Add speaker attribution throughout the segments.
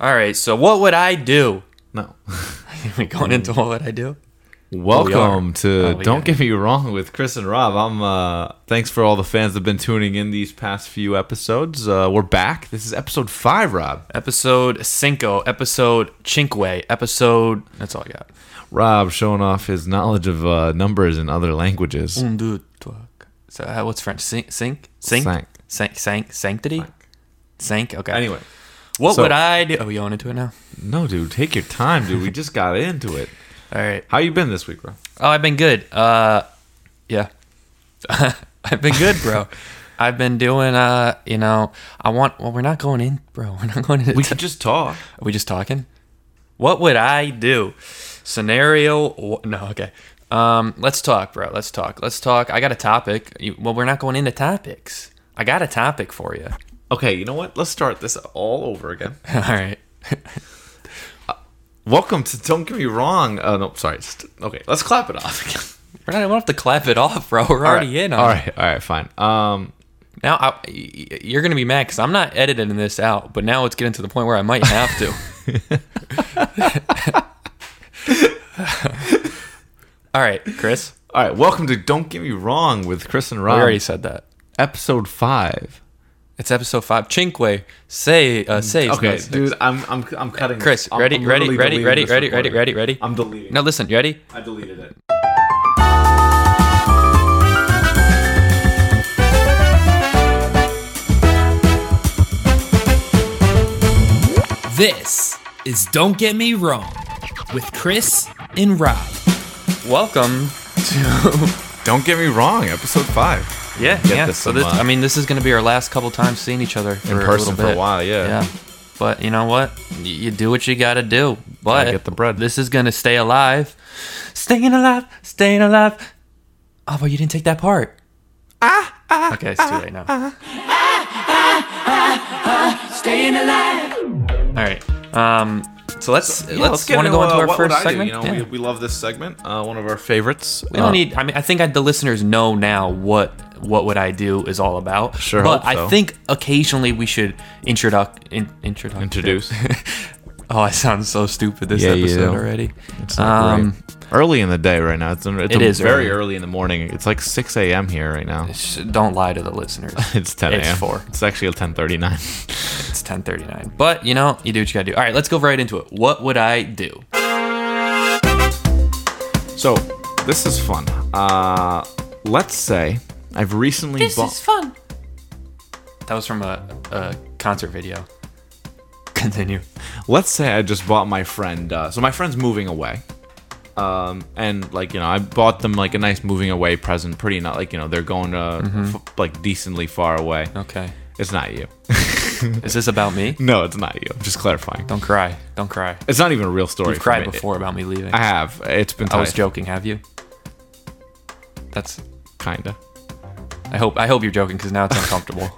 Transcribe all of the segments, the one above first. Speaker 1: All right, so what would I do?
Speaker 2: No.
Speaker 1: We're going into what would I do?
Speaker 2: Welcome to
Speaker 1: Oh,
Speaker 2: Don't
Speaker 1: yeah.
Speaker 2: Get Me Wrong with Chris and Rob. I'm uh thanks for all the fans that have been tuning in these past few episodes. Uh we're back. This is episode 5, Rob.
Speaker 1: Episode Cinco, episode Chinque, episode. That's all I got.
Speaker 2: Rob showing off his knowledge of uh numbers and other languages.
Speaker 1: Un, deux, trois, quatre. So, uh, what's French? Sink? Sink? Sink?
Speaker 2: Sank.
Speaker 1: Sank? sank sanctity? Sank? Okay.
Speaker 2: Anyway,
Speaker 1: what
Speaker 2: so-
Speaker 1: would I do? Are we going into it now?
Speaker 2: no dude, take your time, dude. We just got into it.
Speaker 1: All right.
Speaker 2: How you been this week, Rob?
Speaker 1: Oh, I've been good. Uh, yeah, I've been good, bro. I've been doing. Uh, you know, I want. Well, we're not going in, bro. We're not going in.
Speaker 2: We could just talk.
Speaker 1: Are we just talking? What would I do? Scenario. w- No, okay. Um, let's talk, bro. Let's talk. Let's talk. I got a topic. You, well, we're not going into topics. I got a topic for you.
Speaker 2: Okay, you know what? Let's start this all over again.
Speaker 1: All right.
Speaker 2: Welcome to Don't Get Me Wrong. Uh, no, sorry. St- Okay, let's clap it off again.
Speaker 1: We're not. We don't have to clap it off, bro. We're already in. On
Speaker 2: All
Speaker 1: it.
Speaker 2: right, all right, fine. Um,
Speaker 1: Now I, y- y- you're gonna be mad because I'm not editing this out, but now it's getting to the point where I might have to. All right, Chris.
Speaker 2: all right. Welcome to Don't Get Me Wrong with Chris and
Speaker 1: We
Speaker 2: Rob,
Speaker 1: already said that.
Speaker 2: episode five.
Speaker 1: It's episode five. Cinque. Say.
Speaker 3: Mm,
Speaker 1: Uh, say. is
Speaker 2: Okay,
Speaker 1: not six.
Speaker 2: dude, I'm I'm I'm cutting. this.
Speaker 1: Chris,
Speaker 2: I'm-
Speaker 1: ready,
Speaker 2: I'm
Speaker 1: ready,
Speaker 2: literally
Speaker 1: ready,
Speaker 2: deleting
Speaker 1: ready,
Speaker 2: this
Speaker 1: ready, ready, ready,
Speaker 2: recording.
Speaker 1: ready.
Speaker 2: I'm deleting.
Speaker 1: Now
Speaker 2: No,
Speaker 1: listen. you Ready?
Speaker 2: I deleted it.
Speaker 3: This is Don't Get Me Wrong with Chris and Rob.
Speaker 1: Welcome to.
Speaker 2: Don't get me wrong. Episode five
Speaker 1: yeah, yeah.
Speaker 2: this
Speaker 1: So
Speaker 2: some,
Speaker 1: this,
Speaker 2: uh,
Speaker 1: I mean, this is gonna be our last couple times seeing each other for
Speaker 2: in
Speaker 1: a
Speaker 2: person
Speaker 1: little
Speaker 2: for a
Speaker 1: bit.
Speaker 2: while. Yeah.
Speaker 1: Yeah. But you know what? Y- You do what you gotta do. But
Speaker 2: Gotta get the bread.
Speaker 1: This is gonna stay alive. Staying alive, staying alive. Oh, but you didn't take that part. Ah, ah, okay, it's too late now. staying alive. All right. Um. So let's
Speaker 2: Yeah,
Speaker 1: let's,
Speaker 2: get
Speaker 1: want to
Speaker 2: into,
Speaker 1: go into
Speaker 2: uh,
Speaker 1: our
Speaker 2: what would
Speaker 1: first
Speaker 2: I do?
Speaker 1: segment.
Speaker 2: You know,
Speaker 1: Yeah.
Speaker 2: we, we love this segment. Uh, one of our favorites.
Speaker 1: We don't need. I mean, I think I, the listeners know now what what would I do is all about.
Speaker 2: Sure
Speaker 1: but
Speaker 2: hope so.
Speaker 1: I think occasionally we should introduc in, introduc
Speaker 2: introduce.
Speaker 1: Oh, I sound so stupid this
Speaker 2: Yeah, you
Speaker 1: episode
Speaker 2: do.
Speaker 1: already.
Speaker 2: It's not
Speaker 1: Um,
Speaker 2: great. Early in the day right now. It's, it's
Speaker 1: It
Speaker 2: a-
Speaker 1: is
Speaker 2: very
Speaker 1: early.
Speaker 2: early in the morning. It's like 6 a.m. here right now.
Speaker 1: sh- Don't lie to the listeners.
Speaker 2: It's 10 a.m.
Speaker 1: It's four.
Speaker 2: It's actually 10:39.
Speaker 1: It's 10:39. But you know, you do what you gotta do. All right, let's go right into it. What would I do?
Speaker 2: So this is fun. Uh, let's say I've recently bought.
Speaker 1: fun. That was from a, a concert video. Continue.
Speaker 2: let's say I just bought my friend. Uh, so my friend's moving away. Um, and like you know, I bought them like a nice moving away present. Pretty not like you know they're going to
Speaker 1: Mm-hmm.
Speaker 2: f- like decently far away.
Speaker 1: Okay.
Speaker 2: It's not you.
Speaker 1: Is this about me?
Speaker 2: no, it's not you. I'm just clarifying.
Speaker 1: Don't cry. Don't cry.
Speaker 2: It's not even a real story.
Speaker 1: You've
Speaker 2: for
Speaker 1: cried
Speaker 2: me.
Speaker 1: before about me leaving.
Speaker 2: I have. It's been.
Speaker 1: I was
Speaker 2: tight.
Speaker 1: joking. Have you? That's.
Speaker 2: Kinda.
Speaker 1: I hope. I hope you're joking because now it's uncomfortable.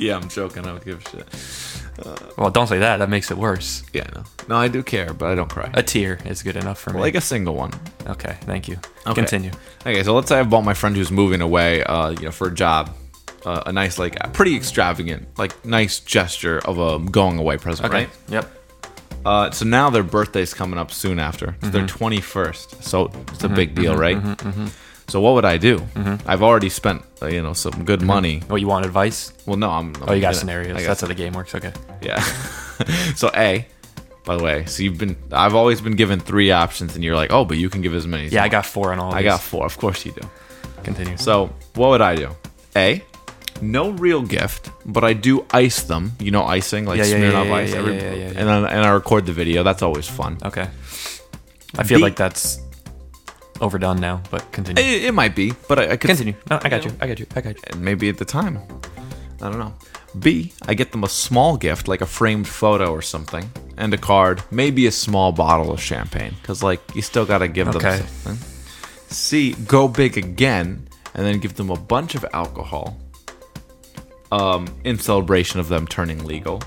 Speaker 2: yeah, I'm joking. I don't give a shit.
Speaker 1: well, don't say that. That makes it worse.
Speaker 2: Yeah, no. No, I do care, but I don't cry.
Speaker 1: A tear is good enough for me.
Speaker 2: like a single one.
Speaker 1: Okay, thank you.
Speaker 2: Okay.
Speaker 1: Continue.
Speaker 2: Okay, so let's say I bought my friend who's moving away, uh, you know, for a job, uh, a nice, like, a pretty extravagant, like, nice gesture of a going away present,
Speaker 1: Okay.
Speaker 2: right?
Speaker 1: Yep.
Speaker 2: Uh, so now their birthday's coming up soon after. It's their
Speaker 1: Mm-hmm.
Speaker 2: 21st. So it's a big deal, right? So what would I do?
Speaker 1: Mm-hmm.
Speaker 2: I've already spent, uh, you know, some good money.
Speaker 1: What you want advice?
Speaker 2: Well, no, I'm.
Speaker 1: Mm-hmm. Oh, you got
Speaker 2: gonna-
Speaker 1: scenarios.
Speaker 2: I got
Speaker 1: That's how the game works. Okay.
Speaker 2: Yeah. so A, by the way, so you've been I've always been given three options and you're like, "Oh, but you can give as many." as
Speaker 1: Yeah,
Speaker 2: you
Speaker 1: I
Speaker 2: want."
Speaker 1: got four on all.
Speaker 2: I got four. Of course you do.
Speaker 1: Continue. So,
Speaker 2: So, what would I do? A, no real gift, but I do ice them. You know, icing like
Speaker 1: Yeah, yeah,
Speaker 2: smearing
Speaker 1: yeah,
Speaker 2: off
Speaker 1: yeah,
Speaker 2: ice
Speaker 1: yeah,
Speaker 2: every
Speaker 1: yeah, yeah, yeah, yeah.
Speaker 2: and then, and I record the video. That's always fun.
Speaker 1: okay. I feel
Speaker 2: Beat-
Speaker 1: like that's overdone now, but continue.
Speaker 2: It, it might be, but I, I could
Speaker 1: continue. No, I got you. I got you. I got you.
Speaker 2: and maybe at the time. I don't know. B, I get them a small gift, like a framed photo or something, and a card, maybe a small bottle of champagne, because, like, you still got to give
Speaker 1: Okay.
Speaker 2: them something. C, go big again, and then give them a bunch of alcohol um, in celebration of them turning legal,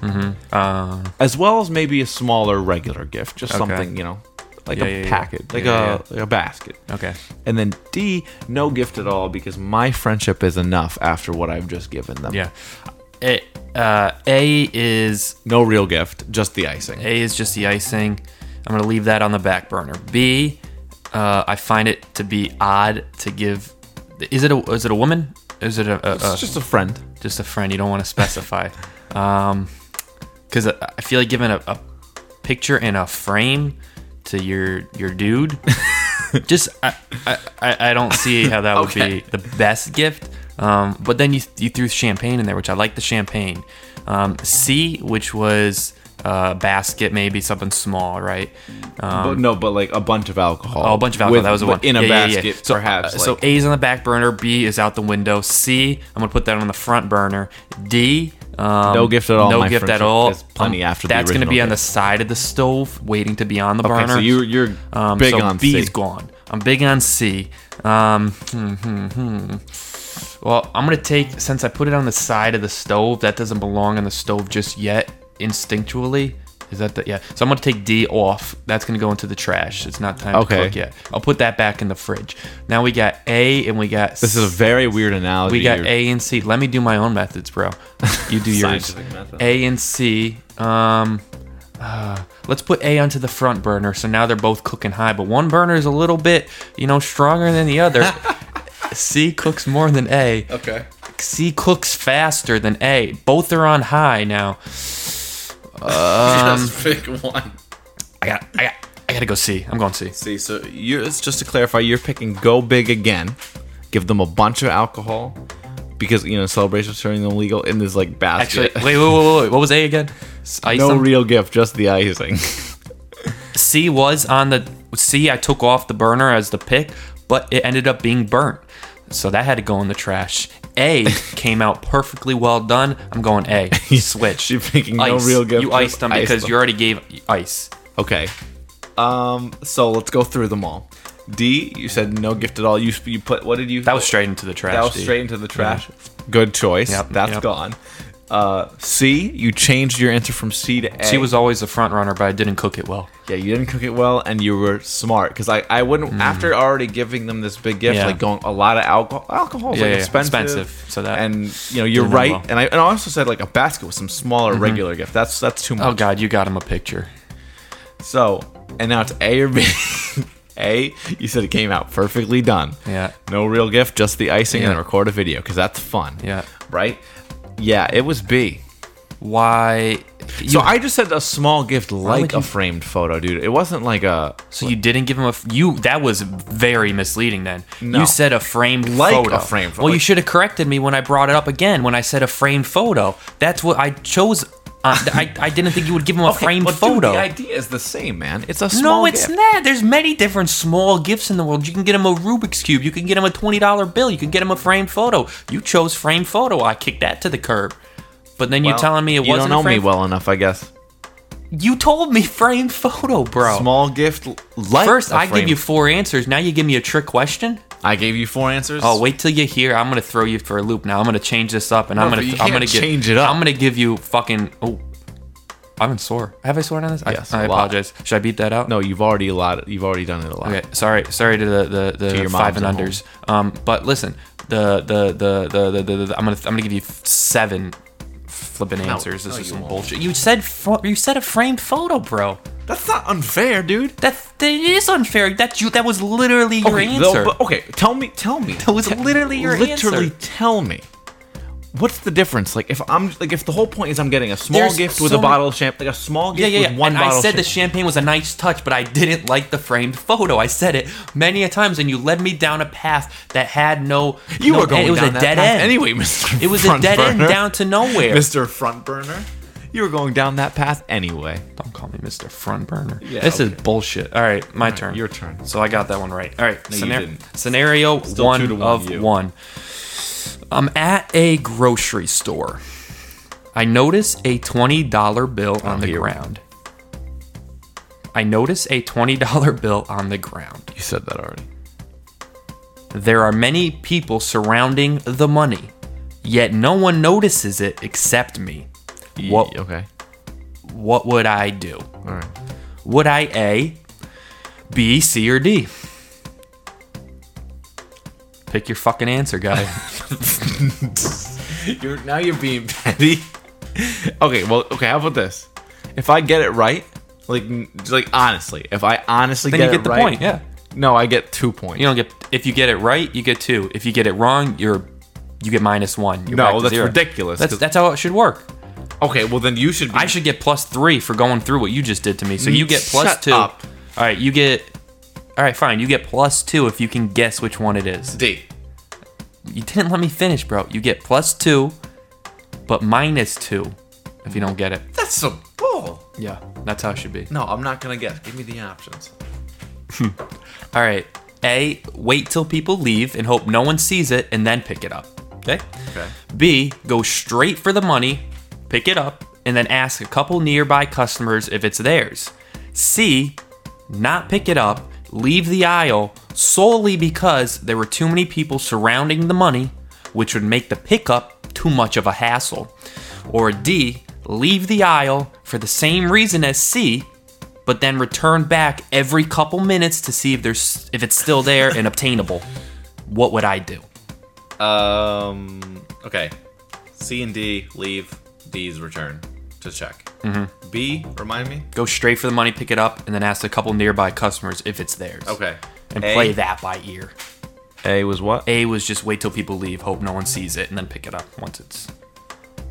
Speaker 1: Uh,
Speaker 2: as well as maybe a smaller regular gift, just
Speaker 1: Okay.
Speaker 2: something, you know, like
Speaker 1: Yeah,
Speaker 2: a
Speaker 1: yeah, yeah.
Speaker 2: packet, like,
Speaker 1: Yeah, yeah.
Speaker 2: a, like a basket.
Speaker 1: okay.
Speaker 2: And then D, no gift at all because my friendship is enough after what I've just given them.
Speaker 1: Yeah. A, uh, A is
Speaker 2: No real gift, just the icing.
Speaker 1: A is just the icing. I'm gonna leave that on the back burner. B, uh, I find it to be odd to give. Is it a is it a woman? Is it a, a, a
Speaker 2: It's just a friend.
Speaker 1: just a friend. You don't want to specify. um, because I I feel like giving a, a picture in a frame to your your dude. just I, I I I don't see how that would
Speaker 2: Okay.
Speaker 1: be the best gift. Um, but then you you threw champagne in there, which I like the champagne. Um, C, which was uh, basket, maybe something small, right? Um,
Speaker 2: but no, but like a bunch of alcohol.
Speaker 1: Oh, a bunch of alcohol.
Speaker 2: With-
Speaker 1: that was the one.
Speaker 2: but in a
Speaker 1: Yeah, yeah, yeah.
Speaker 2: basket,
Speaker 1: So, uh,
Speaker 2: perhaps.
Speaker 1: so
Speaker 2: like-
Speaker 1: A's on the back burner. B is out the window. C, I'm gonna put that on the front burner. D, um,
Speaker 2: No gift at all,
Speaker 1: No
Speaker 2: my
Speaker 1: gift at
Speaker 2: friend.
Speaker 1: all.
Speaker 2: That's plenty after the
Speaker 1: That's gonna
Speaker 2: original
Speaker 1: be on the
Speaker 2: gift.
Speaker 1: side of the stove, waiting to be on the
Speaker 2: okay,
Speaker 1: burner.
Speaker 2: so you're you're
Speaker 1: um,
Speaker 2: big
Speaker 1: so
Speaker 2: on
Speaker 1: B
Speaker 2: C.
Speaker 1: is gone. I'm big on C. Um, hmm, hmm, hmm. Well, I'm gonna take since I put it on the side of the stove. That doesn't belong on the stove just yet. Instinctually, is that the yeah? So I'm gonna take D off. That's gonna go into the trash. It's not time
Speaker 2: Okay.
Speaker 1: to cook yet. I'll put that back in the fridge. Now we got A and we got
Speaker 2: This is a very weird analogy.
Speaker 1: we got
Speaker 2: You're-
Speaker 1: A and C. Let me do my own methods, bro. You do yours.
Speaker 2: Scientific method.
Speaker 1: A and C. Um, uh, let's put A onto the front burner. So now they're both cooking high, but one burner is a little bit, you know, stronger than the other. C cooks more than A.
Speaker 2: Okay.
Speaker 1: C cooks faster than A. Both are on high now.
Speaker 2: Just pick one.
Speaker 1: I got, I got, I gotta go C. I'm going C.
Speaker 2: See, so you're it's just to clarify, you're picking go big again, give them a bunch of alcohol because you know celebrations turning them legal in this like
Speaker 1: Actually,
Speaker 2: basket.
Speaker 1: wait, wait, wait, wait, wait. What was A again? S- Ice
Speaker 2: no
Speaker 1: them?
Speaker 2: real gift, just the icing.
Speaker 1: C was on the C. I took off the burner as the pick, but it ended up being burnt, so that had to go in the trash. A came out perfectly well done. I'm going A. Switch.
Speaker 2: You're picking no
Speaker 1: Ice.
Speaker 2: real gift,
Speaker 1: You
Speaker 2: just
Speaker 1: iced them
Speaker 2: ice
Speaker 1: because
Speaker 2: them.
Speaker 1: you already gave ice.
Speaker 2: Okay. Um. So let's go through them all. D, you said no gift at all. You you put what did you?
Speaker 1: That was straight into the trash.
Speaker 2: That was
Speaker 1: dude.
Speaker 2: straight into the trash. Good choice. That's
Speaker 1: Yep, yep.
Speaker 2: gone. Uh, C, you changed your answer from C to A.
Speaker 1: She was always the front runner, but I didn't cook it well.
Speaker 2: Yeah, you didn't cook it well, and you were smart because I, I wouldn't after already giving them this big gift,
Speaker 1: Hmm. Yeah.
Speaker 2: like going a lot of alcohol. Alcohol is
Speaker 1: Yeah,
Speaker 2: like
Speaker 1: yeah,
Speaker 2: expensive,
Speaker 1: expensive, so that
Speaker 2: and you know you're
Speaker 1: didn't
Speaker 2: right.
Speaker 1: end well. Mm-hmm.
Speaker 2: And I and I also said like a basket with some smaller regular gift. That's that's too much.
Speaker 1: Oh God, you got him a picture.
Speaker 2: So and now it's A or B. A, you said it came out perfectly done.
Speaker 1: Yeah.
Speaker 2: No real gift, just the icing, and
Speaker 1: Yeah.
Speaker 2: then record a video because that's fun.
Speaker 1: Yeah.
Speaker 2: Right. Yeah, it was B.
Speaker 1: Why? You,
Speaker 2: so I just said a small gift like
Speaker 1: would
Speaker 2: a
Speaker 1: you-
Speaker 2: framed photo, dude. It wasn't like a
Speaker 1: so you didn't give him a f- you. That was very misleading. Then
Speaker 2: No.
Speaker 1: you said a framed
Speaker 2: Like a
Speaker 1: photo.
Speaker 2: framed photo.
Speaker 1: Well, you should have corrected me when I brought it up again. When I said a framed photo, that's what I chose. Uh, th- I I didn't think you would give him a
Speaker 2: Okay,
Speaker 1: framed
Speaker 2: but dude,
Speaker 1: photo.
Speaker 2: the idea is the same, man. It's a small.
Speaker 1: no, it's
Speaker 2: gift.
Speaker 1: not. There's many different small gifts in the world. You can get him a Rubik's cube. You can get him a twenty dollar bill. You can get him a framed photo. You chose framed photo. I kicked that to the curb. But then you're
Speaker 2: Well,
Speaker 1: telling me it
Speaker 2: you
Speaker 1: wasn't
Speaker 2: don't
Speaker 1: a
Speaker 2: know me
Speaker 1: framed-
Speaker 2: well enough, I guess.
Speaker 1: You told me framed photo, bro.
Speaker 2: Small gift, l- like
Speaker 1: First,
Speaker 2: a
Speaker 1: I give
Speaker 2: frame-
Speaker 1: you four answers. Now you give me a trick question.
Speaker 2: I gave you four answers.
Speaker 1: Oh, wait till you hear. I'm gonna throw you for a loop. Now I'm gonna change this up, and I'm
Speaker 2: but
Speaker 1: gonna
Speaker 2: you
Speaker 1: I'm
Speaker 2: can't
Speaker 1: gonna give-
Speaker 2: change it up.
Speaker 1: I'm gonna give you fucking. Oh, I've been sore. Have I sworn on this?
Speaker 2: Yes,
Speaker 1: I, I
Speaker 2: a lot.
Speaker 1: apologize. Should I beat that out?
Speaker 2: No, you've already a lot. You've already done it a lot.
Speaker 1: Okay. Sorry. Sorry to the the, the
Speaker 2: your
Speaker 1: five
Speaker 2: moms
Speaker 1: and
Speaker 2: at home.
Speaker 1: unders. Um, but listen, the the the the the, the, the- I'm gonna I'm gonna give you seven flipping answers. This is
Speaker 2: no, you
Speaker 1: some
Speaker 2: won't.
Speaker 1: bullshit. You said fo- you said a framed photo, bro.
Speaker 2: That's not unfair, dude.
Speaker 1: That that is unfair. That you that was literally your
Speaker 2: Okay, though,
Speaker 1: answer.
Speaker 2: but- okay, tell me, tell me. That
Speaker 1: was literally your
Speaker 2: Literally,
Speaker 1: answer.
Speaker 2: tell me. What's the difference? Like, if I'm like, if the whole point is I'm getting a small
Speaker 1: There's
Speaker 2: gift with
Speaker 1: so
Speaker 2: a
Speaker 1: many-
Speaker 2: bottle of champagne, like a small
Speaker 1: Yeah,
Speaker 2: gift
Speaker 1: yeah, yeah.
Speaker 2: with one
Speaker 1: and
Speaker 2: bottle.
Speaker 1: I
Speaker 2: of
Speaker 1: said the
Speaker 2: champ-
Speaker 1: champagne was a nice touch, but I didn't like the framed photo. I said it many a times, and you led me down a path that had no.
Speaker 2: you
Speaker 1: no-
Speaker 2: were going
Speaker 1: It was
Speaker 2: down
Speaker 1: a
Speaker 2: that
Speaker 1: dead
Speaker 2: path
Speaker 1: end.
Speaker 2: anyway, Mister.
Speaker 1: it was a dead end down to nowhere.
Speaker 2: Mister Front Burner. You were going down that path anyway.
Speaker 1: Don't call me Mr. Front Burner.
Speaker 2: Yeah,
Speaker 1: this is
Speaker 2: okay.
Speaker 1: bullshit. All right, my turn.
Speaker 2: your turn.
Speaker 1: So I got that one right. All right,
Speaker 2: No, you
Speaker 1: scenar-
Speaker 2: didn't.
Speaker 1: scenario
Speaker 2: Still two
Speaker 1: one,
Speaker 2: to one,
Speaker 1: of
Speaker 2: you.
Speaker 1: one. I'm at a grocery store. I notice a twenty dollar bill on the
Speaker 2: Oh, here.
Speaker 1: ground. I notice a twenty dollar bill on the ground.
Speaker 2: You said that already.
Speaker 1: There are many people surrounding the money, yet no one notices it except me. What
Speaker 2: Ye- Okay.
Speaker 1: what would I do?
Speaker 2: All right.
Speaker 1: Would I A, B, C, or D? Pick your fucking answer, guy.
Speaker 2: You're now you're being petty. okay, well, okay. How about this? If I get it right, like, n- like honestly, if I honestly
Speaker 1: Then
Speaker 2: get
Speaker 1: you
Speaker 2: it
Speaker 1: get the
Speaker 2: right-
Speaker 1: point, yeah.
Speaker 2: No, I get two points.
Speaker 1: You don't get if you get it right, you get two. If you get it wrong, you're you get minus one. You're
Speaker 2: No,
Speaker 1: back to
Speaker 2: that's
Speaker 1: zero.
Speaker 2: ridiculous,
Speaker 1: That's
Speaker 2: 'cause-
Speaker 1: that's how it should work.
Speaker 2: okay, well then you should. Be,
Speaker 1: I should get plus three for going through what you just did to me. So you get plus
Speaker 2: Mm, Shut
Speaker 1: two.
Speaker 2: up.
Speaker 1: All right, you get. All right, fine. You get plus two if you can guess which one it is.
Speaker 2: D.
Speaker 1: You didn't let me finish, bro. You get plus two, but minus two if you don't get it.
Speaker 2: That's some bull.
Speaker 1: Yeah, that's how it should be.
Speaker 2: No, I'm not gonna guess. Give me the options.
Speaker 1: All right. A. Wait till people leave and hope no one sees it, and then pick it up. Okay.
Speaker 2: Okay.
Speaker 1: B, go straight for the money, pick it up, and then ask a couple nearby customers if it's theirs. C, not pick it up, leave the aisle solely because there were too many people surrounding the money, which would make the pickup too much of a hassle. Or D, leave the aisle for the same reason as C, but then return back every couple minutes to see if there's if it's still there and obtainable. What would I do?
Speaker 2: Um. Okay. C and D leave. D's return to check.
Speaker 1: Mm-hmm.
Speaker 2: B remind me.
Speaker 1: go straight for the money, pick it up, and then ask a couple nearby customers if it's theirs.
Speaker 2: Okay.
Speaker 1: And
Speaker 2: A.
Speaker 1: play that by ear.
Speaker 2: A was what?
Speaker 1: A was just wait till people leave, hope no one sees it, and then pick it up once it's,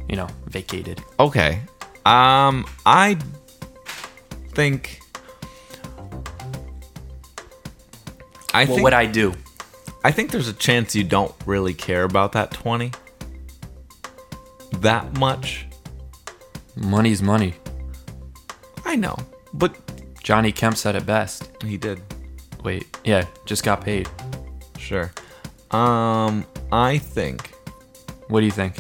Speaker 1: you know, vacated.
Speaker 2: Okay. Um, I think. I
Speaker 1: What
Speaker 2: think
Speaker 1: would I do?
Speaker 2: I think there's a chance you don't really care about that twenty that much.
Speaker 1: Money's money.
Speaker 2: I know, but
Speaker 1: Johnny Kemp said it best.
Speaker 2: he did.
Speaker 1: Wait, yeah, just got paid.
Speaker 2: Sure. Um, I think
Speaker 1: What do you think?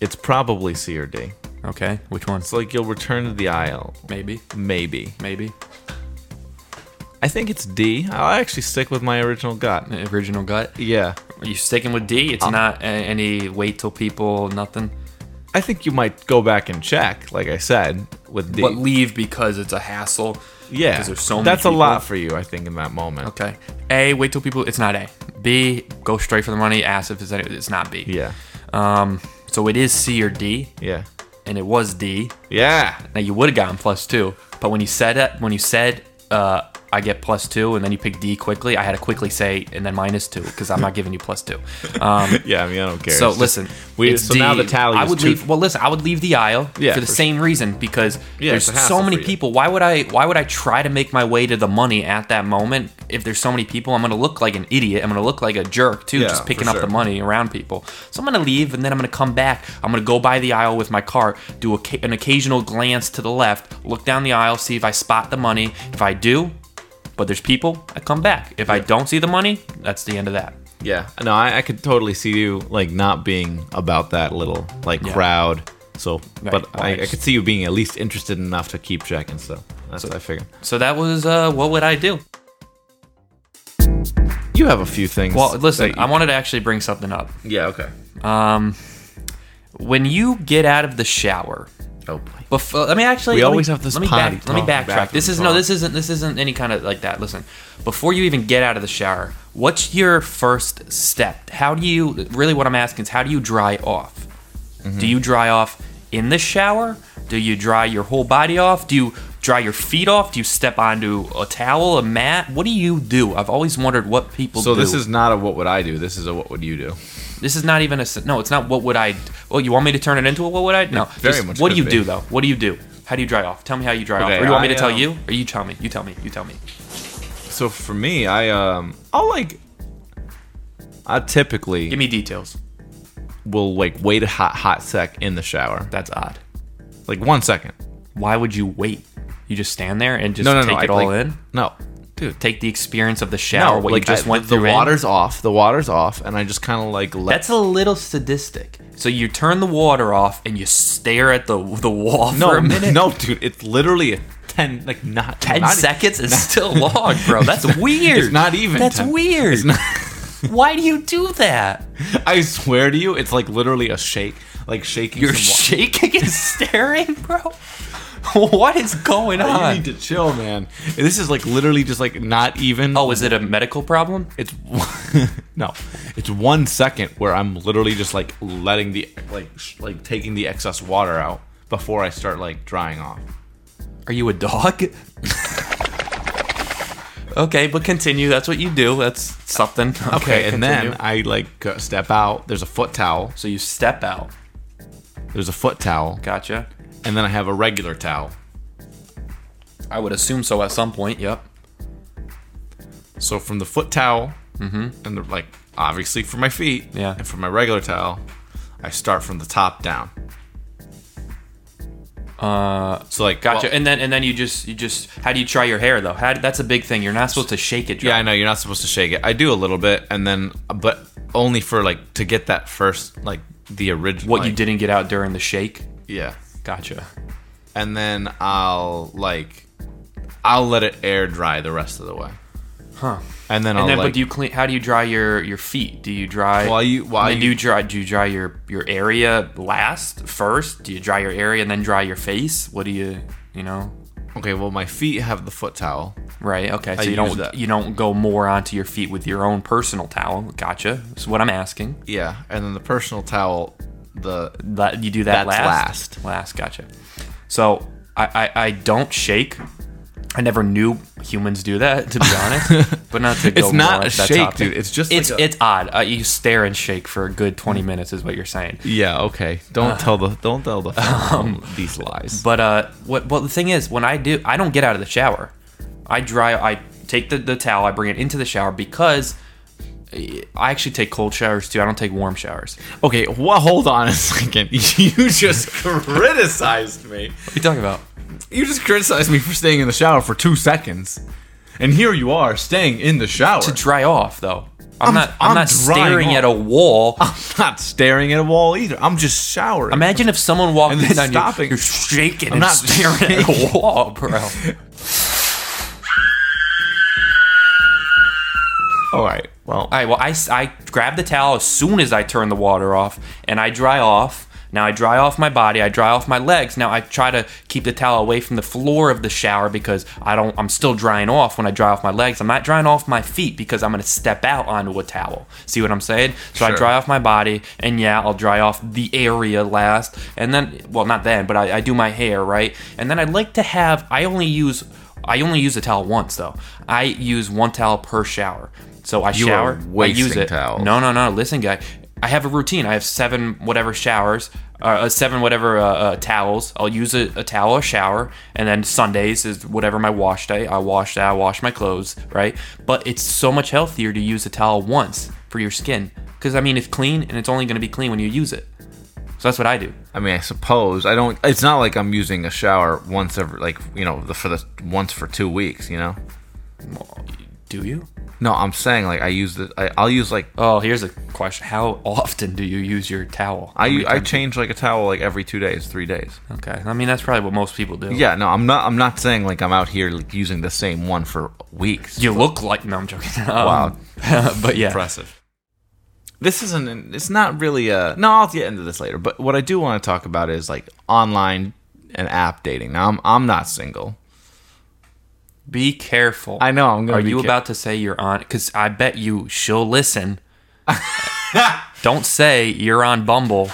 Speaker 2: it's probably C or D.
Speaker 1: Okay, which one?
Speaker 2: It's like you'll return to the aisle,
Speaker 1: Maybe,
Speaker 2: maybe.
Speaker 1: maybe.
Speaker 2: I think it's D. I'll actually stick with my original gut.
Speaker 1: Original gut.
Speaker 2: Yeah.
Speaker 1: Are you sticking with D? It's not a- any wait till people, nothing.
Speaker 2: I think you might go back and check, like I said, with D.
Speaker 1: But leave because it's a hassle.
Speaker 2: Yeah,
Speaker 1: Because there's so many
Speaker 2: that's a
Speaker 1: people.
Speaker 2: lot for you, I think, in that moment.
Speaker 1: Okay. A, wait till people. It's not A. B, go straight for the money. Ask if it's any. It's not B.
Speaker 2: Yeah,
Speaker 1: Um. So it is C or D,
Speaker 2: yeah,
Speaker 1: and it was D.
Speaker 2: yeah.
Speaker 1: Now you would have gotten plus two, but when you said it, when you said, uh, I get plus two, and then you pick D quickly, I had to quickly say and then minus two because I'm not giving you plus two. Um.
Speaker 2: Yeah, I mean, I don't care.
Speaker 1: So
Speaker 2: It's just-
Speaker 1: listen,
Speaker 2: we
Speaker 1: it's
Speaker 2: so now
Speaker 1: D.
Speaker 2: the tally.
Speaker 1: I
Speaker 2: is
Speaker 1: would
Speaker 2: two-
Speaker 1: leave. Well, listen, I would leave the aisle
Speaker 2: Yeah,
Speaker 1: for the
Speaker 2: for
Speaker 1: same reason because
Speaker 2: Yeah,
Speaker 1: there's
Speaker 2: it's a hassle
Speaker 1: so many
Speaker 2: for you.
Speaker 1: people. Why would I? Why would I try to make my way to the money at that moment? If there's so many people, I'm gonna look like an idiot. I'm gonna look like a jerk too,
Speaker 2: Yeah,
Speaker 1: just picking
Speaker 2: for
Speaker 1: up the
Speaker 2: sure.
Speaker 1: money around people. So I'm gonna leave and then I'm gonna come back. I'm gonna go by the aisle with my cart, do a, ca- an occasional glance to the left, look down the aisle, see if I spot the money. If I do, but there's people, I come back. If I don't see the money, that's the end of that.
Speaker 2: Yeah, no, I, I could totally see you like not being about that little like
Speaker 1: Yeah.
Speaker 2: crowd. So, but
Speaker 1: Well,
Speaker 2: I,
Speaker 1: I
Speaker 2: I,
Speaker 1: just-
Speaker 2: could see you being at least interested enough to keep checking. So that's what I figured.
Speaker 1: So that was uh, what would I do?
Speaker 2: You have a few things.
Speaker 1: Well, listen,
Speaker 2: that you-
Speaker 1: I wanted to actually bring something up.
Speaker 2: yeah, okay.
Speaker 1: When you get out of the shower,
Speaker 2: Oh boy.
Speaker 1: before let me actually
Speaker 2: We
Speaker 1: let me-
Speaker 2: always have this
Speaker 1: Let me,
Speaker 2: potty
Speaker 1: back, let me
Speaker 2: talk,
Speaker 1: backtrack.
Speaker 2: bathroom
Speaker 1: This is no,
Speaker 2: talk.
Speaker 1: this isn't this isn't any kind of like that. Listen, before you even get out of the shower, what's your first step? How do you really? What I'm asking is, how do you dry off?
Speaker 2: Mm-hmm.
Speaker 1: Do you dry off in the shower? Do you dry your whole body off? Do you dry your feet off? Do you step onto a towel, a mat? What do you do? I've always wondered what people
Speaker 2: So
Speaker 1: do.
Speaker 2: this is not a what would I do. This is a what would you do.
Speaker 1: This is not even a s- no. It's not. What would I? Well, you want me to turn it into a what would I? No.
Speaker 2: very
Speaker 1: just
Speaker 2: much
Speaker 1: What do you
Speaker 2: could
Speaker 1: do
Speaker 2: be.
Speaker 1: though? What do you do? How do you dry off? Tell me how you dry
Speaker 2: Okay,
Speaker 1: off. Or you want me
Speaker 2: I,
Speaker 1: to tell
Speaker 2: um,
Speaker 1: you? Or you tell me. You tell me. You tell me.
Speaker 2: So for me, I um, I'll like. I typically
Speaker 1: Give me details.
Speaker 2: will like wait a hot hot sec in the shower,
Speaker 1: That's odd.
Speaker 2: like one second.
Speaker 1: Why would you wait? You just stand there and just
Speaker 2: No, no,
Speaker 1: take
Speaker 2: no.
Speaker 1: it
Speaker 2: I,
Speaker 1: all
Speaker 2: like-
Speaker 1: in.
Speaker 2: No, dude.
Speaker 1: Take the experience of the shower. what
Speaker 2: like
Speaker 1: you just
Speaker 2: I-
Speaker 1: went
Speaker 2: the,
Speaker 1: through. in.
Speaker 2: water's off. The water's off, and I just kind of like let.
Speaker 1: That's a little sadistic. So you turn the water off and you stare at the the wall
Speaker 2: no,
Speaker 1: for a minute.
Speaker 2: no, dude. It's literally a ten, like not
Speaker 1: Ten
Speaker 2: not- e-
Speaker 1: seconds is still long, bro. That's weird.
Speaker 2: It's not even.
Speaker 1: That's
Speaker 2: 10.
Speaker 1: weird.
Speaker 2: It's not-
Speaker 1: Why do you do that?
Speaker 2: I swear to you, it's like literally a shake, like shaking.
Speaker 1: You're
Speaker 2: some wa-
Speaker 1: shaking and staring, bro. what is going
Speaker 2: You
Speaker 1: on?
Speaker 2: need to chill, man. This is like literally just like not even.
Speaker 1: Oh, is it a medical problem?
Speaker 2: it's no, it's one second where I'm literally just like letting the like sh- like taking the excess water out before I start like drying off.
Speaker 1: Are you a dog? okay, but continue. That's what you do. That's something. Okay,
Speaker 2: Okay, and
Speaker 1: continue.
Speaker 2: then I like go- step out. There's a foot towel.
Speaker 1: so you step out.
Speaker 2: There's a foot towel,
Speaker 1: Gotcha.
Speaker 2: and then I have a regular towel.
Speaker 1: I would assume so at some point. Yep.
Speaker 2: So from the foot towel, and the, like obviously for my feet,
Speaker 1: Mm-hmm. Yeah.
Speaker 2: and for my regular towel, I start from the top down. Uh, so like
Speaker 1: Gotcha.
Speaker 2: well-
Speaker 1: and then and then you just you just how do you try your hair though? How do- that's a big thing. You're not supposed to shake it. Dry.
Speaker 2: Yeah, I know you're not supposed to shake it. I do a little bit, and then but only for like to get that first like the original
Speaker 1: What you
Speaker 2: like-
Speaker 1: didn't get out during the shake.
Speaker 2: Yeah,
Speaker 1: Gotcha.
Speaker 2: and then I'll like I'll let it air dry the rest of the way.
Speaker 1: Huh.
Speaker 2: And then I'll
Speaker 1: And then,
Speaker 2: like
Speaker 1: but do you clean? How do you dry your your feet? Do you dry
Speaker 2: While you- while
Speaker 1: and then
Speaker 2: you-
Speaker 1: do you dry? Do you dry your your area last first? Do you dry your area and then dry your face? What do you you know?
Speaker 2: okay. Well, my feet have the foot towel.
Speaker 1: Right. Okay. So you
Speaker 2: use
Speaker 1: don't
Speaker 2: that.
Speaker 1: you don't go more onto your feet with your own personal towel. Gotcha. That's what I'm asking.
Speaker 2: Yeah, and then the personal towel. The
Speaker 1: That you do that
Speaker 2: That's
Speaker 1: last.
Speaker 2: last.
Speaker 1: Last. Gotcha. So I, I I don't shake. I never knew humans do that to be honest. but not to go
Speaker 2: It's not
Speaker 1: more
Speaker 2: a
Speaker 1: into that
Speaker 2: shake,
Speaker 1: topic.
Speaker 2: dude. It's just
Speaker 1: it's
Speaker 2: like a-
Speaker 1: it's odd. Uh, you stare and shake for a good
Speaker 2: Mm.
Speaker 1: 20 minutes is what you're saying.
Speaker 2: yeah okay. Don't
Speaker 1: Uh-huh.
Speaker 2: tell the don't tell the
Speaker 1: Um,
Speaker 2: these lies.
Speaker 1: But uh, what? Well, the thing is, when I do, I don't get out of the shower. I dry. I take the, the towel. I bring it into the shower because eh, I actually take cold showers too. I don't take warm showers. What
Speaker 2: okay, well, hold on a second. You just criticized me.
Speaker 1: are you talking about?
Speaker 2: You just criticized me for staying in the shower for two seconds, and here you are staying in the shower.
Speaker 1: To dry off though. I'm,
Speaker 2: I'm-
Speaker 1: not. I'm,
Speaker 2: I'm
Speaker 1: not
Speaker 2: drying
Speaker 1: staring
Speaker 2: off.
Speaker 1: at a wall.
Speaker 2: I'm not staring at a wall either. I'm just showering.
Speaker 1: Imagine if someone walked
Speaker 2: And
Speaker 1: in
Speaker 2: then
Speaker 1: on you.
Speaker 2: stopping.
Speaker 1: You're shaking. and
Speaker 2: not
Speaker 1: staring at a wall, bro.
Speaker 2: All right. Well,
Speaker 1: All right. Well, I, s- I grab the towel as soon as I turn the water off, and I dry off. Now I dry off my body. I dry off my legs. Now I try to keep the towel away from the floor of the shower because I don't. I'm still drying off when I dry off my legs. I'm not drying off my feet because I'm gonna step out onto a towel. See what I'm saying? So I
Speaker 2: Sure.
Speaker 1: dry off my body, and yeah, I'll dry off the area last, and then well, not then, but I, I do my hair right, and then I like to have. I only use. I only use a towel once though. I use one towel per shower. So I
Speaker 2: You
Speaker 1: shower.
Speaker 2: are
Speaker 1: I use
Speaker 2: wasting
Speaker 1: it.
Speaker 2: towels.
Speaker 1: No, no, no. Listen, guy. I have a routine. I have seven whatever showers, uh, uh, seven whatever uh, uh, towels. I'll use a, a towel, a shower, and then Sundays is whatever my wash day. I wash that. I wash my clothes, right? But it's so much healthier to use a towel once for your skin, because I mean it's clean and it's only going to be clean when you use it. So that's what I do.
Speaker 2: I mean, I suppose I don't. It's not like I'm using a shower once every, like you know, the, for the once for two weeks. You know.
Speaker 1: Do you?
Speaker 2: No, I'm saying like I use the. I, I'll use like
Speaker 1: Oh, here's a question. How often do you use your towel? How
Speaker 2: I
Speaker 1: many
Speaker 2: I
Speaker 1: times-
Speaker 2: change like a towel like every two days, three days.
Speaker 1: okay. I mean that's probably what most people do.
Speaker 2: Yeah. No, I'm not. I'm not saying like I'm out here like using the same one for weeks.
Speaker 1: You look like no, I'm joking. Um,
Speaker 2: Wow.
Speaker 1: but yeah,
Speaker 2: impressive. This isn't. It's not really a. No, I'll get into this later. But what I do want to talk about is like online and app dating. Now I'm I'm not single.
Speaker 1: be careful.
Speaker 2: I know I'm gonna.
Speaker 1: Are
Speaker 2: be
Speaker 1: you
Speaker 2: ca-
Speaker 1: about to say you're on? Because I bet you she'll listen. Don't say you're on Bumble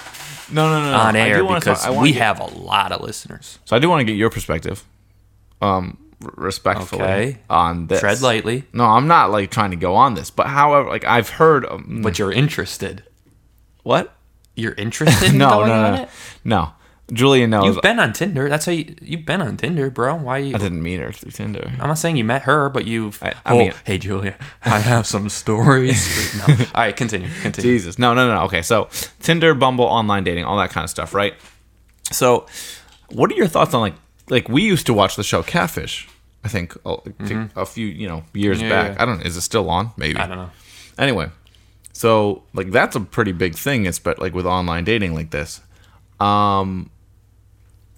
Speaker 2: No, no, no, no.
Speaker 1: on
Speaker 2: I do
Speaker 1: air
Speaker 2: wanna
Speaker 1: because
Speaker 2: talk- I wanna
Speaker 1: we
Speaker 2: get-
Speaker 1: have a lot of listeners.
Speaker 2: So I do want to get your perspective, um, r- respectfully
Speaker 1: Okay.
Speaker 2: on this.
Speaker 1: Tread lightly,
Speaker 2: No, I'm not like trying to go on this, but however, like I've heard. Um,
Speaker 1: but you're interested.
Speaker 2: what?
Speaker 1: You're interested? in
Speaker 2: No, no,
Speaker 1: going on
Speaker 2: no,
Speaker 1: it?
Speaker 2: no. Julia knows.
Speaker 1: You've been on Tinder. That's how you, you've been on Tinder, bro. Why you?
Speaker 2: I didn't meet her through Tinder.
Speaker 1: I'm not saying you met her, but you've.
Speaker 2: I- I
Speaker 1: oh,
Speaker 2: mean-
Speaker 1: hey Julia, I have some stories. no. All right, continue. Continue.
Speaker 2: Jesus. No, no, no. Okay, so Tinder, Bumble, online dating, all that kind of stuff, right? So, what are your thoughts on like like we used to watch the show Catfish? I think a, a few you know years
Speaker 1: Mm-hmm. Yeah,
Speaker 2: back.
Speaker 1: yeah.
Speaker 2: I don't. know. Is it still on? Maybe.
Speaker 1: I don't know.
Speaker 2: Anyway, so like that's a pretty big thing. It's but like with online dating like this. Um.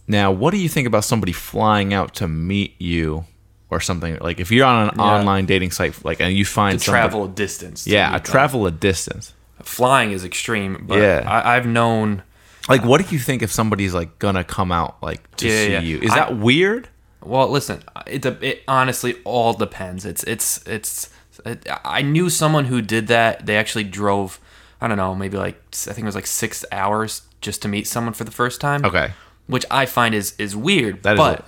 Speaker 2: Now, what do you think about somebody flying out to meet you? Or something like if you're on an online dating site, like and you find somebody-
Speaker 1: Travel a distance. to
Speaker 2: yeah,
Speaker 1: meet
Speaker 2: a
Speaker 1: them.
Speaker 2: travel a distance.
Speaker 1: Flying is extreme, but
Speaker 2: Yeah.
Speaker 1: I, I've known.
Speaker 2: Like, what do you think if somebody's like gonna come out like to
Speaker 1: Yeah, yeah,
Speaker 2: see
Speaker 1: yeah.
Speaker 2: you? Is
Speaker 1: I-
Speaker 2: that weird?
Speaker 1: Well, listen, it, de- it honestly all depends. It's it's it's it- I knew someone who did that. They actually drove, I don't know, maybe like I think it was like six hours just to meet someone for the first time.
Speaker 2: Okay.
Speaker 1: which I find is is weird.
Speaker 2: That is
Speaker 1: but
Speaker 2: a-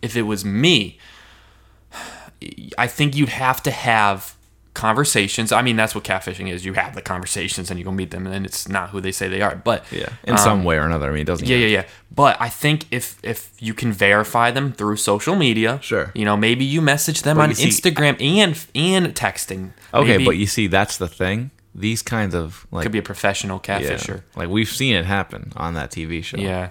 Speaker 1: if it was me, I think you'd have to have conversations. I mean, that's what catfishing is. You have the conversations and you go meet them, and then it's not who they say they are. But
Speaker 2: Yeah. Um, In some way or another. I mean, it doesn't.
Speaker 1: yeah, yeah, yeah. But I think if if you can verify them through social media,
Speaker 2: Sure.
Speaker 1: You know, maybe you message them
Speaker 2: But
Speaker 1: on
Speaker 2: you see-
Speaker 1: Instagram and and texting.
Speaker 2: Okay,
Speaker 1: Maybe
Speaker 2: but you see, that's the thing. These kinds of like
Speaker 1: could be a professional
Speaker 2: yeah,
Speaker 1: catfisher.
Speaker 2: like we've seen it happen on that TV show.
Speaker 1: Yeah.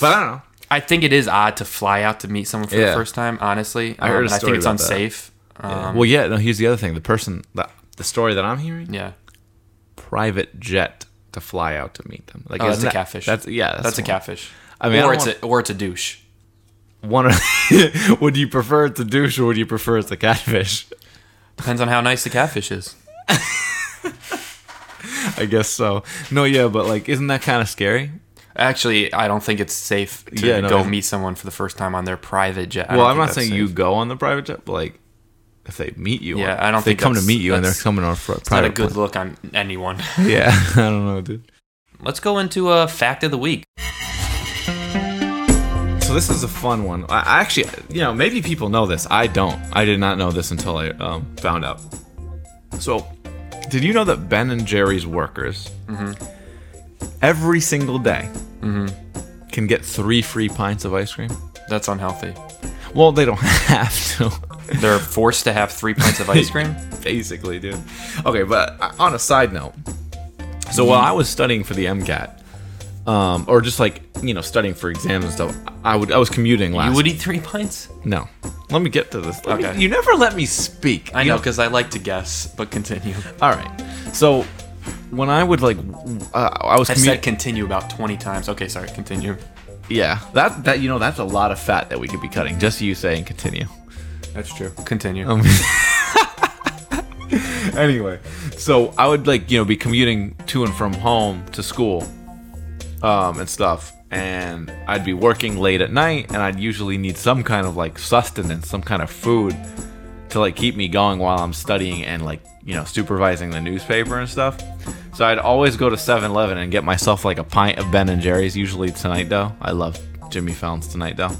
Speaker 2: but I don't know.
Speaker 1: I think it is odd to fly out to meet someone for the
Speaker 2: Yeah.
Speaker 1: first time. Honestly, Um,
Speaker 2: I heard a
Speaker 1: and I
Speaker 2: story
Speaker 1: think it's
Speaker 2: about that.
Speaker 1: unsafe. Um,
Speaker 2: well, yeah. No, here's the other thing. The person, the, the story that I'm hearing,
Speaker 1: yeah.
Speaker 2: private jet to fly out to meet them. Like
Speaker 1: Oh, that's
Speaker 2: isn't
Speaker 1: a
Speaker 2: that-
Speaker 1: catfish.
Speaker 2: That's yeah.
Speaker 1: That's, a
Speaker 2: one-
Speaker 1: catfish.
Speaker 2: I mean, I
Speaker 1: or
Speaker 2: don't
Speaker 1: it's
Speaker 2: want-
Speaker 1: a, or it's a douche.
Speaker 2: One. of- would you prefer it's a douche or would you prefer it's a catfish?
Speaker 1: Depends on how nice the catfish is.
Speaker 2: I guess so. No, yeah, but like, isn't that kind of scary?
Speaker 1: Actually, I don't think it's safe to
Speaker 2: Yeah, no,
Speaker 1: go
Speaker 2: it's-
Speaker 1: meet someone for the first time on their private jet. I
Speaker 2: well,
Speaker 1: don't
Speaker 2: I'm
Speaker 1: think
Speaker 2: not
Speaker 1: that's
Speaker 2: saying
Speaker 1: safe.
Speaker 2: you go on the private jet, but like, if they meet you,
Speaker 1: Yeah,
Speaker 2: on,
Speaker 1: I don't
Speaker 2: if they
Speaker 1: think
Speaker 2: come to
Speaker 1: that's-
Speaker 2: meet you and they're
Speaker 1: that's-
Speaker 2: coming on a fr-
Speaker 1: It's not
Speaker 2: private.
Speaker 1: a good
Speaker 2: plane.
Speaker 1: look on anyone.
Speaker 2: Yeah, I don't know, dude.
Speaker 1: Let's go into a fact of the week.
Speaker 2: So this is a fun one. I I actually, you know, maybe people know this. I don't. I did not know this until I um, found out. So, did you know that Ben and Jerry's workers
Speaker 1: Mm-hmm.
Speaker 2: every single day
Speaker 1: Mm-hmm.
Speaker 2: can get three free pints of ice cream?
Speaker 1: That's unhealthy.
Speaker 2: Well, they don't have to.
Speaker 1: They're forced to have three pints of ice cream.
Speaker 2: basically, dude. Okay, but uh, on a side note, so while I was studying for the MCAT, um, or just like you know studying for exams and stuff, I would I was commuting last.
Speaker 1: You would eat three pints?
Speaker 2: no, let me get to this. Let me-
Speaker 1: Okay.
Speaker 2: you never let me speak.
Speaker 1: I
Speaker 2: You
Speaker 1: know, because I like to guess, but continue.
Speaker 2: All right, so when I would like, w- uh, I was
Speaker 1: I've
Speaker 2: commu-
Speaker 1: said continue about 20 times. Okay, sorry, continue.
Speaker 2: yeah. That that you know that's a lot of fat that we could be cutting. Just you saying continue.
Speaker 1: That's true. Um, Continue.
Speaker 2: anyway, so I would like you know be commuting to and from home to school, um, and stuff, and I'd be working late at night, and I'd usually need some kind of like sustenance, some kind of food, to like keep me going while I'm studying and like you know supervising the newspaper and stuff. So I'd always go to 7-Eleven and get myself like a pint of Ben and Jerry's. Usually tonight though, I love Jimmy Fallon's tonight though.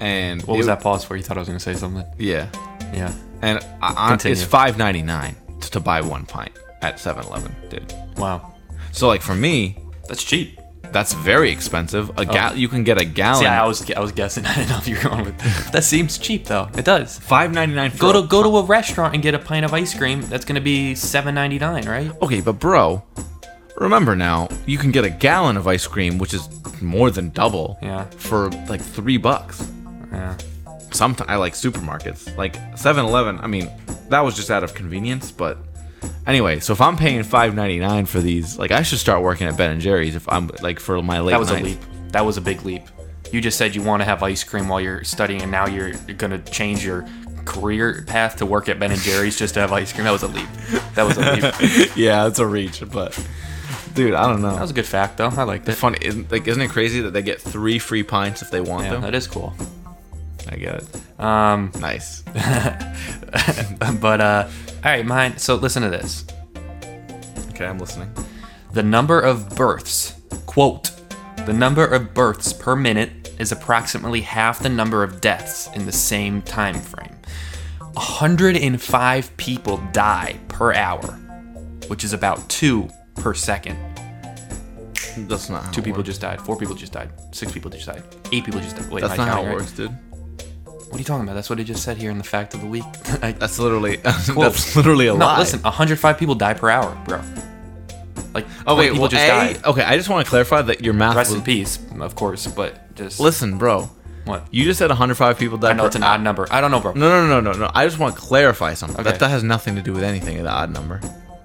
Speaker 2: And
Speaker 1: what was
Speaker 2: it-
Speaker 1: that pause for? You thought I was going to say something.
Speaker 2: Yeah,
Speaker 1: Yeah.
Speaker 2: and I, I, it's
Speaker 1: Continue.
Speaker 2: five ninety nine to buy one pint at 7-Eleven, dude.
Speaker 1: Wow.
Speaker 2: So like for me,
Speaker 1: That's cheap.
Speaker 2: that's very expensive. A gal, you can get a gallon.
Speaker 1: Yeah, Oh. I was I was guessing. I didn't know if you were going with that. That seems cheap though. uh, It does.
Speaker 2: five ninety nine.
Speaker 1: Go to go to a restaurant and get a pint of ice cream. That's gonna be seven ninety nine, right?
Speaker 2: okay, but bro, remember now you can get a gallon of ice cream, which is more than double.
Speaker 1: Yeah.
Speaker 2: For like three bucks.
Speaker 1: Yeah.
Speaker 2: Sometimes I like supermarkets, like 7-Eleven. I mean, that was just out of convenience, but. Anyway, so if I'm paying five ninety nine for these, like I should start working at Ben and Jerry's if I'm like for my late
Speaker 1: That was a
Speaker 2: nights.
Speaker 1: leap. That was a big leap. You just said you want to have ice cream while you're studying, and now you're gonna change your career path to work at Ben and Jerry's just to have ice cream. That was a leap. That was a leap. that
Speaker 2: yeah, it's a reach, but dude, I don't know.
Speaker 1: was a good fact though. I liked
Speaker 2: It's
Speaker 1: it.
Speaker 2: funny, isn't, like, isn't it crazy that they get three free pints if they want
Speaker 1: Yeah,
Speaker 2: them?
Speaker 1: that is cool.
Speaker 2: I get it.
Speaker 1: Um,
Speaker 2: Nice.
Speaker 1: but uh, all right, mine. So listen to this.
Speaker 2: Okay, I'm listening.
Speaker 1: The number of births, quote, the number of births per minute is approximately half the number of deaths in the same time frame. 105 people die per hour, which is about 2 per second.
Speaker 2: That's not how
Speaker 1: Two
Speaker 2: it
Speaker 1: people
Speaker 2: works.
Speaker 1: just died, four people just died, six people just died, eight people just died. Wait,
Speaker 2: That's
Speaker 1: am I
Speaker 2: not how
Speaker 1: counting
Speaker 2: it
Speaker 1: right?
Speaker 2: works, dude.
Speaker 1: What are you talking about? That's what I just said here in the fact of the week. I,
Speaker 2: That's literally
Speaker 1: Quote.
Speaker 2: that's literally a
Speaker 1: no,
Speaker 2: lie.
Speaker 1: listen, 105 people die per hour, bro. Like,
Speaker 2: Oh
Speaker 1: 20
Speaker 2: wait,
Speaker 1: people
Speaker 2: well,
Speaker 1: just
Speaker 2: A-
Speaker 1: died.
Speaker 2: okay. I just want to clarify that your math.
Speaker 1: Rest
Speaker 2: was,
Speaker 1: in peace, of course, but just
Speaker 2: Listen, bro.
Speaker 1: what?
Speaker 2: You just said 105 people died.
Speaker 1: I know
Speaker 2: per-
Speaker 1: it's an odd number. I don't know, bro.
Speaker 2: No, no, no, no, no, no. I just want to clarify something.
Speaker 1: Okay.
Speaker 2: That, that has nothing to do with anything. The odd number.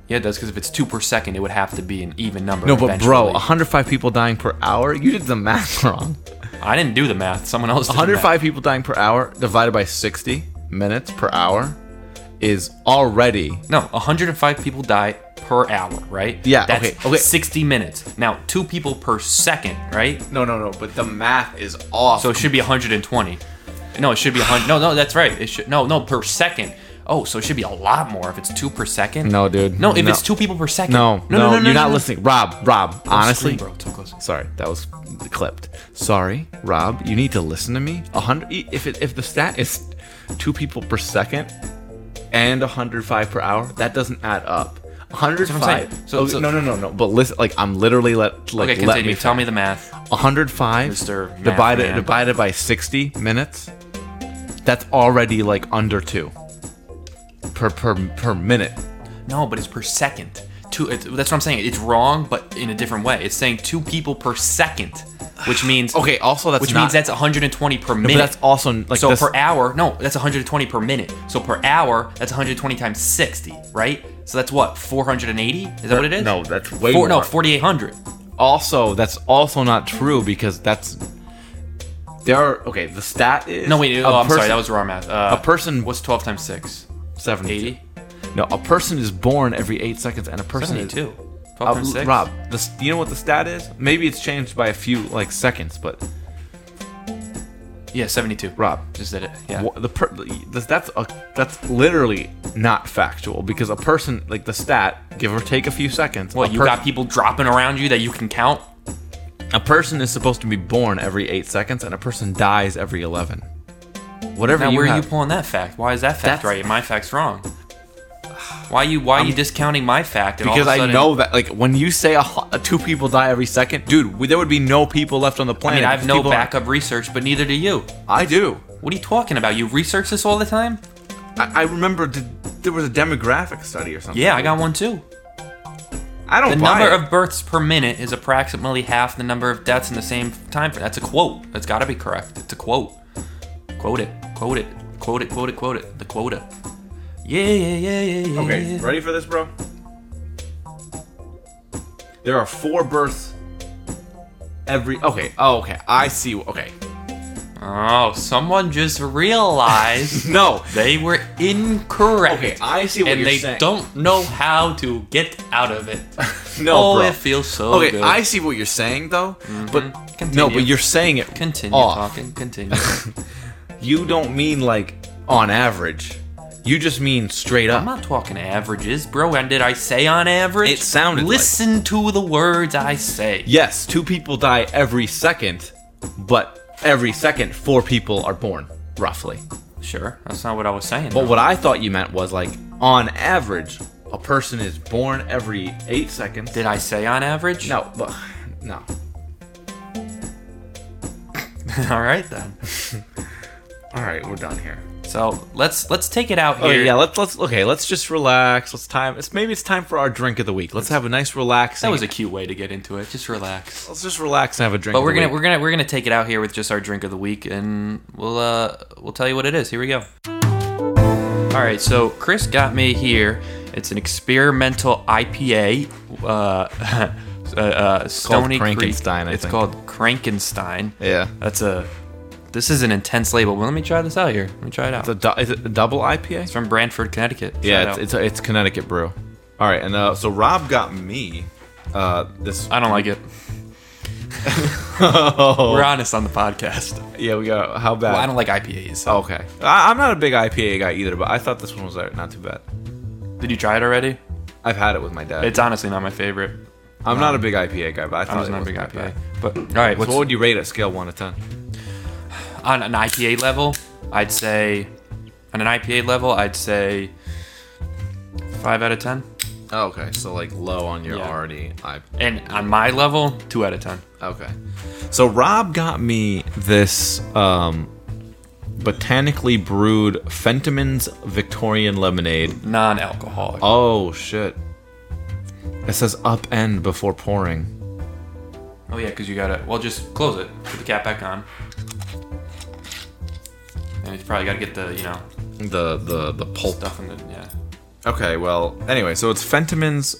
Speaker 1: Yeah, it does because if it's two per second, it would have to be an even number.
Speaker 2: No, but bro,
Speaker 1: eventually.
Speaker 2: 105 people dying per hour. You did the math wrong.
Speaker 1: I didn't do the math. Someone else did. the math.
Speaker 2: 105 people dying per hour divided by 60 minutes per hour is already
Speaker 1: No, 105 people die per hour, right?
Speaker 2: Yeah,
Speaker 1: That's
Speaker 2: okay, okay.
Speaker 1: 60 minutes. Now, two people per second, right?
Speaker 2: no no no but the math is off
Speaker 1: So it should be 120. No, it should be a hundred. No, no, that's right. It should no, no per second. Oh, so it should be a lot more if it's two per second.
Speaker 2: No, dude.
Speaker 1: No, if
Speaker 2: No.
Speaker 1: it's two people per second.
Speaker 2: No, no, no, you're not
Speaker 1: no.
Speaker 2: listening. Rob, Rob,
Speaker 1: Don't scream,
Speaker 2: honestly.
Speaker 1: bro, it's so close.
Speaker 2: Sorry, that was clipped. Sorry, Rob, you need to listen to me. A hundred. If it, if the stat is two people per second and 105 per hour, that doesn't add up. 105.
Speaker 1: saying. So-
Speaker 2: oh,
Speaker 1: so-
Speaker 2: no, no, no, no. But listen, like I'm literally let like
Speaker 1: Okay,
Speaker 2: let me
Speaker 1: continue. Tell me the math.
Speaker 2: 105
Speaker 1: Mr. Math
Speaker 2: divided
Speaker 1: Man.
Speaker 2: divided by 60 minutes. That's already like under two per per per minute.
Speaker 1: No, but it's per second. Two. It's, that's what I'm saying. It's wrong, but in a different way. It's saying two people per second, which means
Speaker 2: Okay. Also, that's
Speaker 1: which
Speaker 2: not,
Speaker 1: means that's 120 per minute.
Speaker 2: But that's also like
Speaker 1: so
Speaker 2: this-
Speaker 1: per hour, no, that's 120 per minute. So per hour, that's 120 times 60, right? So that's what 480. Is that what it is?
Speaker 2: No, that's way
Speaker 1: Four, no,
Speaker 2: more.
Speaker 1: 4800.
Speaker 2: also that's also not true because that's there are okay the stat is
Speaker 1: No, wait.
Speaker 2: a
Speaker 1: Oh, I'm sorry.
Speaker 2: person-
Speaker 1: That was wrong math. Uh,
Speaker 2: a person was
Speaker 1: What's 12 times 6?
Speaker 2: 72
Speaker 1: 80?
Speaker 2: no a person is born every eight seconds and a person is
Speaker 1: 72. 12
Speaker 2: Uh,
Speaker 1: times 6?
Speaker 2: Rob the, s- you know what the stat is maybe it's changed by a few like seconds but
Speaker 1: Yeah, 72.
Speaker 2: Rob
Speaker 1: Just did it. Yeah.
Speaker 2: wha- the per, the- that's a, that's literally not factual because a person like the stat give or take a few seconds
Speaker 1: What,
Speaker 2: a
Speaker 1: you
Speaker 2: per-
Speaker 1: got people dropping around you that you can count?
Speaker 2: A person is supposed to be born every eight seconds, and a person dies every eleven. Whatever
Speaker 1: Now,
Speaker 2: you
Speaker 1: where are you
Speaker 2: have,
Speaker 1: pulling that fact? Why is that fact
Speaker 2: That's-
Speaker 1: right and my fact's wrong? Why you why are you discounting my fact? And all
Speaker 2: because
Speaker 1: of a
Speaker 2: I
Speaker 1: sudden-
Speaker 2: know that like when you say a, hu- two people die every second, dude, we, there would be no people left on the
Speaker 1: I
Speaker 2: planet.
Speaker 1: mean, I have no
Speaker 2: People-
Speaker 1: backup research, but neither do you.
Speaker 2: I do.
Speaker 1: What are you talking about? You research this all the time?
Speaker 2: I, I remember th- there was a demographic study or something.
Speaker 1: Yeah, I got one too.
Speaker 2: I don't
Speaker 1: The
Speaker 2: buy
Speaker 1: number
Speaker 2: it.
Speaker 1: of births per minute is approximately half the number of deaths in the same time frame. That's a quote. That's got to be correct. It's a quote. Quote it. Quote it. Quote it. Quote it. Quote it. The quota. Yeah, yeah, yeah, yeah, yeah.
Speaker 2: Okay,
Speaker 1: yeah.
Speaker 2: ready for this, bro? There are four births every. Okay. Oh, okay. I see. Okay.
Speaker 1: Oh, someone just realized
Speaker 2: No.
Speaker 1: they were incorrect.
Speaker 2: Okay, I see what
Speaker 1: and
Speaker 2: you're
Speaker 1: they
Speaker 2: saying.
Speaker 1: don't know how to get out of it.
Speaker 2: No,
Speaker 1: oh,
Speaker 2: bro.
Speaker 1: it feels so
Speaker 2: Okay,
Speaker 1: good. Mm-hmm.
Speaker 2: I see what you're saying though, but no,
Speaker 1: Continue.
Speaker 2: but you're saying it.
Speaker 1: continue
Speaker 2: off.
Speaker 1: talking. Continue.
Speaker 2: You don't mean like on average. You just mean straight
Speaker 1: I'm
Speaker 2: up.
Speaker 1: not talking averages, bro. And did I say on average?
Speaker 2: It sounded like-
Speaker 1: Listen to the words I say.
Speaker 2: Yes, two people die every second, but every second four people are born, roughly.
Speaker 1: Sure, that's not what I was saying.
Speaker 2: But
Speaker 1: though.
Speaker 2: what I thought you meant was like on average, a person is born every 8 seconds.
Speaker 1: did I say on average?
Speaker 2: No, but no.
Speaker 1: All right then.
Speaker 2: All right, we're done here.
Speaker 1: So let's let's take it out here.
Speaker 2: Okay, Oh, yeah, let's let's okay, let's just relax. Let's time. It's maybe it's time for our drink of the week. Let's have a nice relaxing.
Speaker 1: That was a cute way to get into it. Just relax.
Speaker 2: Let's just relax and have a drink.
Speaker 1: But
Speaker 2: of
Speaker 1: we're
Speaker 2: the
Speaker 1: gonna
Speaker 2: week.
Speaker 1: we're gonna we're gonna take it out here with just our drink of the week, and we'll uh we'll tell you what it is. Here we go. All right, so Chris got me here. It's an experimental IPA. Uh, uh, uh, Stony Creek.
Speaker 2: Krankenstein, I
Speaker 1: it's
Speaker 2: think.
Speaker 1: called Krankenstein.
Speaker 2: Yeah.
Speaker 1: That's a. This is an intense label. Well, let me try this out here. Let me try it out.
Speaker 2: It's a du- is it a double IPA?
Speaker 1: It's from Brantford, Connecticut. Shout
Speaker 2: yeah,
Speaker 1: out.
Speaker 2: it's, it's, a, it's Connecticut brew. All right, and uh, so Rob got me uh, this.
Speaker 1: I don't like it.
Speaker 2: Oh.
Speaker 1: We're honest on the podcast.
Speaker 2: yeah, we got how bad?
Speaker 1: Well, I don't like IPAs. so-
Speaker 2: okay, I, I'm not a big IPA guy either, but I thought this one was uh, not too bad.
Speaker 1: Did you try it already?
Speaker 2: I've had it with my dad.
Speaker 1: It's honestly not my favorite.
Speaker 2: I'm not a big IPA guy, but I
Speaker 1: I
Speaker 2: thought
Speaker 1: was
Speaker 2: it
Speaker 1: not a big
Speaker 2: wasn't that
Speaker 1: IPA.
Speaker 2: bad.
Speaker 1: But all right, what's
Speaker 2: So what would you rate it? Scale one to ten.
Speaker 1: on an IPA level? I'd say on an IPA level, I'd say five out of ten.
Speaker 2: Oh, okay, so like low on your
Speaker 1: Yeah.
Speaker 2: already IPA.
Speaker 1: And on my level, two out of ten.
Speaker 2: Okay. So Rob got me this um, botanically brewed Fentiman's Victorian lemonade.
Speaker 1: Non-alcoholic.
Speaker 2: Oh shit. It says upend before pouring.
Speaker 1: Oh yeah, because you gotta. Well, just close it. Put the cap back on. And you probably gotta get the you know
Speaker 2: The the the pulp.
Speaker 1: stuff in the yeah.
Speaker 2: Okay, well, anyway, so it's Fentiman's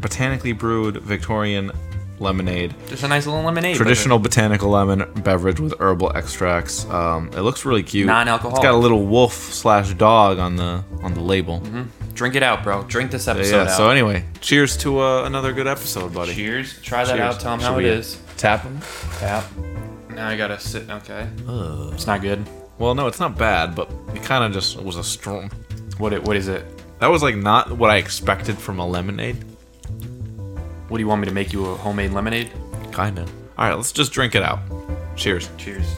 Speaker 2: botanically brewed Victorian lemonade.
Speaker 1: Just a nice little lemonade. with it.
Speaker 2: Traditional botanical lemon beverage with herbal extracts. Um, it looks really cute.
Speaker 1: Non-alcoholic.
Speaker 2: It's got a little wolf slash dog on the on the label.
Speaker 1: Mm-hmm. Drink it out, bro. Drink this
Speaker 2: Yeah.
Speaker 1: episode
Speaker 2: So
Speaker 1: out.
Speaker 2: anyway, cheers to uh, another good episode, buddy.
Speaker 1: Cheers. Try that
Speaker 2: Cheers.
Speaker 1: out. Tell 'em
Speaker 2: Should
Speaker 1: how it
Speaker 2: we
Speaker 1: is.
Speaker 2: Tap him.
Speaker 1: Tap. Now I gotta sit. Okay. It's not good.
Speaker 2: Well, no, it's not bad, but it kind of just was a strong.
Speaker 1: What it, what is it?
Speaker 2: That was like not what I expected from a lemonade.
Speaker 1: What do you want me to make you a homemade lemonade?
Speaker 2: Kind of. All right, let's just drink it out. Cheers.
Speaker 1: Cheers.